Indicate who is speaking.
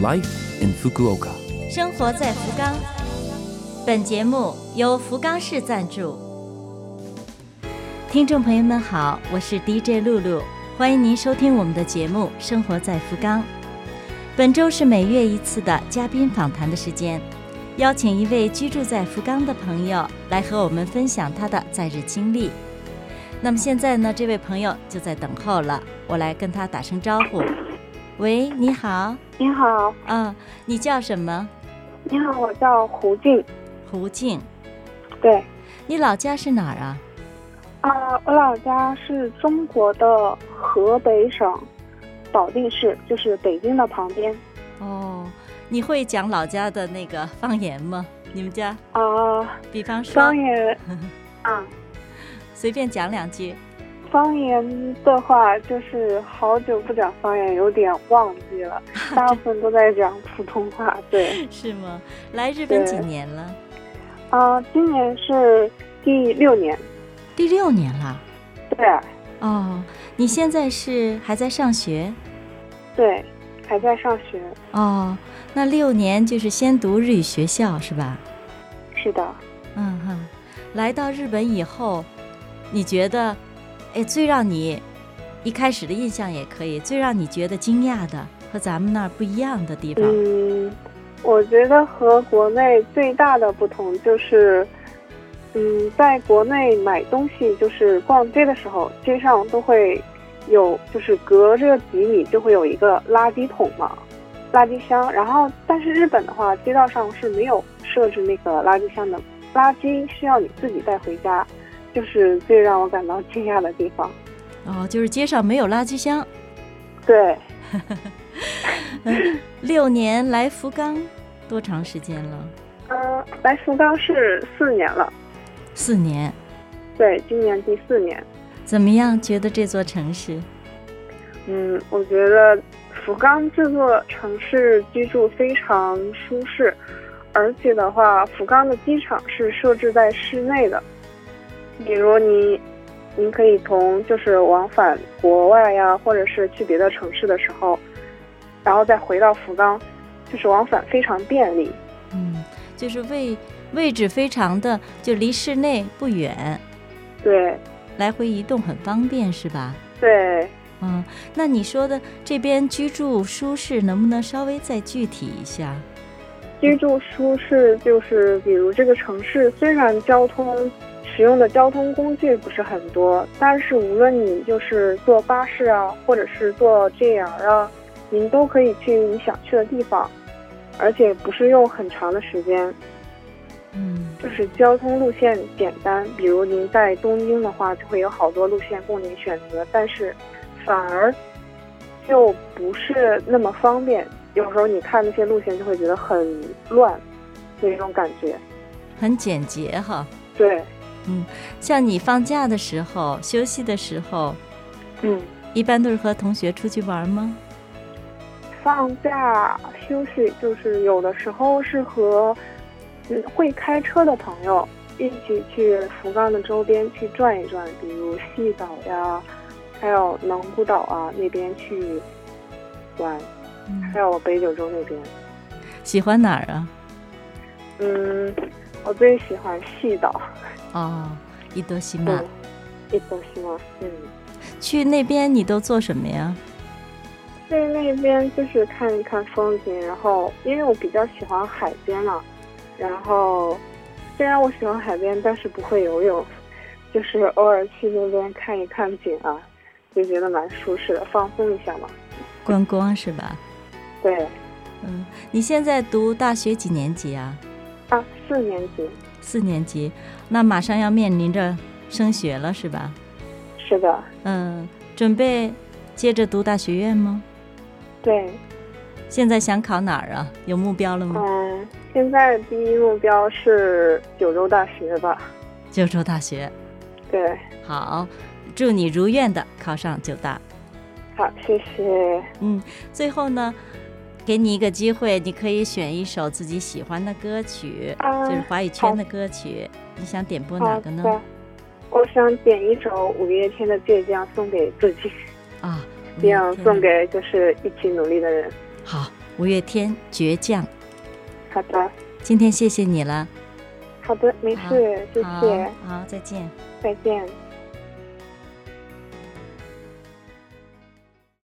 Speaker 1: Life in Fukuoka。
Speaker 2: 生活在福冈。本节目由福冈市赞助。听众朋友们好，我是 DJ 露露，欢迎您收听我们的节目《生活在福冈》。本周是每月一次的嘉宾访谈的时间，邀请一位居住在福冈的朋友来和我们分享他的在日经历。那么现在呢，这位朋友就在等候了，我来跟他打声招呼。喂，你好，
Speaker 3: 你好，
Speaker 2: 啊，你叫什么？
Speaker 3: 你好，我叫胡静。
Speaker 2: 胡静，
Speaker 3: 对，
Speaker 2: 你老家是哪儿啊？
Speaker 3: 啊、我老家是中国的河北省保定市，就是北京的旁边。
Speaker 2: 哦，你会讲老家的那个方言吗？你们家，
Speaker 3: 啊、
Speaker 2: 比方说
Speaker 3: 方，言，啊，
Speaker 2: 随便讲两句。
Speaker 3: 方言的话，就是好久不讲方言，有点忘记了，大部分都在讲普通话。对，
Speaker 2: 是吗？来日本几
Speaker 3: 对
Speaker 2: 年了？
Speaker 3: 啊、今年是第六年。
Speaker 2: 第六年了。
Speaker 3: 对，
Speaker 2: 哦，你现在是还在上学？
Speaker 3: 对，还在上学。
Speaker 2: 哦，那六年就是先读日语学校是吧？
Speaker 3: 是的，
Speaker 2: 嗯哼，来到日本以后，你觉得，哎，最让你一开始的印象也可以，最让你觉得惊讶的和咱们那儿不一样的地方，
Speaker 3: 嗯，我觉得和国内最大的不同就是，嗯，在国内买东西就是逛街的时候，街上都会有，就是隔着几米就会有一个垃圾桶嘛，垃圾箱。然后，但是日本的话，街道上是没有设置那个垃圾箱的，垃圾是要你自己带回家，就是最让我感到惊讶的地方。
Speaker 2: 哦，就是街上没有垃圾箱。
Speaker 3: 对，
Speaker 2: 六年来福冈多长时间了？
Speaker 3: 嗯、来福冈是四年了，
Speaker 2: 四年。
Speaker 3: 对，今年第四年。
Speaker 2: 怎么样？觉得这座城市？
Speaker 3: 嗯，我觉得福冈这座城市居住非常舒适，而且的话，福冈的机场是设置在室内的，比如你，您可以从就是往返国外呀，或者是去别的城市的时候，然后再回到福冈，就是往返非常便利。
Speaker 2: 嗯，就是位位置非常的，就离室内不远，
Speaker 3: 对
Speaker 2: 来回移动很方便，是吧？
Speaker 3: 对，
Speaker 2: 嗯，那你说的这边居住舒适，能不能稍微再具体一下？
Speaker 3: 居住舒适就是，比如这个城市虽然交通使用的交通工具不是很多，但是无论你就是坐巴士啊，或者是坐 JR 啊，您都可以去你想去的地方，而且不是用很长的时间，
Speaker 2: 嗯
Speaker 3: 就是交通路线简单。比如您在东京的话，就会有好多路线供您选择，但是反而就不是那么方便。有时候你看那些路线，就会觉得很乱，那种感觉。
Speaker 2: 很简洁哈。
Speaker 3: 对，
Speaker 2: 像你放假的时候、休息的时候，
Speaker 3: 嗯，
Speaker 2: 一般都是和同学出去玩吗？
Speaker 3: 放假休息就是有的时候是和嗯会开车的朋友一起去福冈的周边去转一转，比如细岛呀，还有能古岛啊那边去玩，
Speaker 2: 嗯
Speaker 3: 还，有北九州那边。
Speaker 2: 喜欢哪儿啊？
Speaker 3: 嗯，我最喜欢细岛，
Speaker 2: 哦，伊多西
Speaker 3: 对
Speaker 2: 曼。，
Speaker 3: 一都喜欢。嗯，
Speaker 2: 去那边你都做什么呀？
Speaker 3: 在那边就是看一看风景，然后因为我比较喜欢海边嘛，然后虽然我喜欢海边，但是不会游泳，就是偶尔去那边看一看景啊，就觉得蛮舒适的，放松一下嘛。
Speaker 2: 观光是吧？
Speaker 3: 对，
Speaker 2: 嗯，你现在读大学几年级啊？
Speaker 3: 啊，四年级，
Speaker 2: 四年级，那马上要面临着升学了是吧？
Speaker 3: 是的，
Speaker 2: 嗯，准备接着读大学院吗？
Speaker 3: 对，
Speaker 2: 现在想考哪儿啊？有目标了吗？
Speaker 3: 嗯，现在第一目标是九州大学吧，
Speaker 2: 九州大学。
Speaker 3: 对，
Speaker 2: 好，祝你如愿的考上九大。
Speaker 3: 好，谢谢。
Speaker 2: 嗯，最后呢，给你一个机会，你可以选一首自己喜欢的歌曲，
Speaker 3: 啊
Speaker 2: 就是华语圈的歌曲。你想点播哪
Speaker 3: 好
Speaker 2: 个呢？
Speaker 3: 的，我想点一首五月天的《倔强》送给自己，
Speaker 2: 啊，
Speaker 3: 这样
Speaker 2: 嗯
Speaker 3: 送。给就是一起努力的人。
Speaker 2: 天哪好，五月天倔强。
Speaker 3: 好的，
Speaker 2: 今天谢谢你了，
Speaker 3: 好的，没
Speaker 2: 好
Speaker 3: 事，谢
Speaker 2: 好
Speaker 3: 谢，
Speaker 2: 好，再见。
Speaker 3: 再见。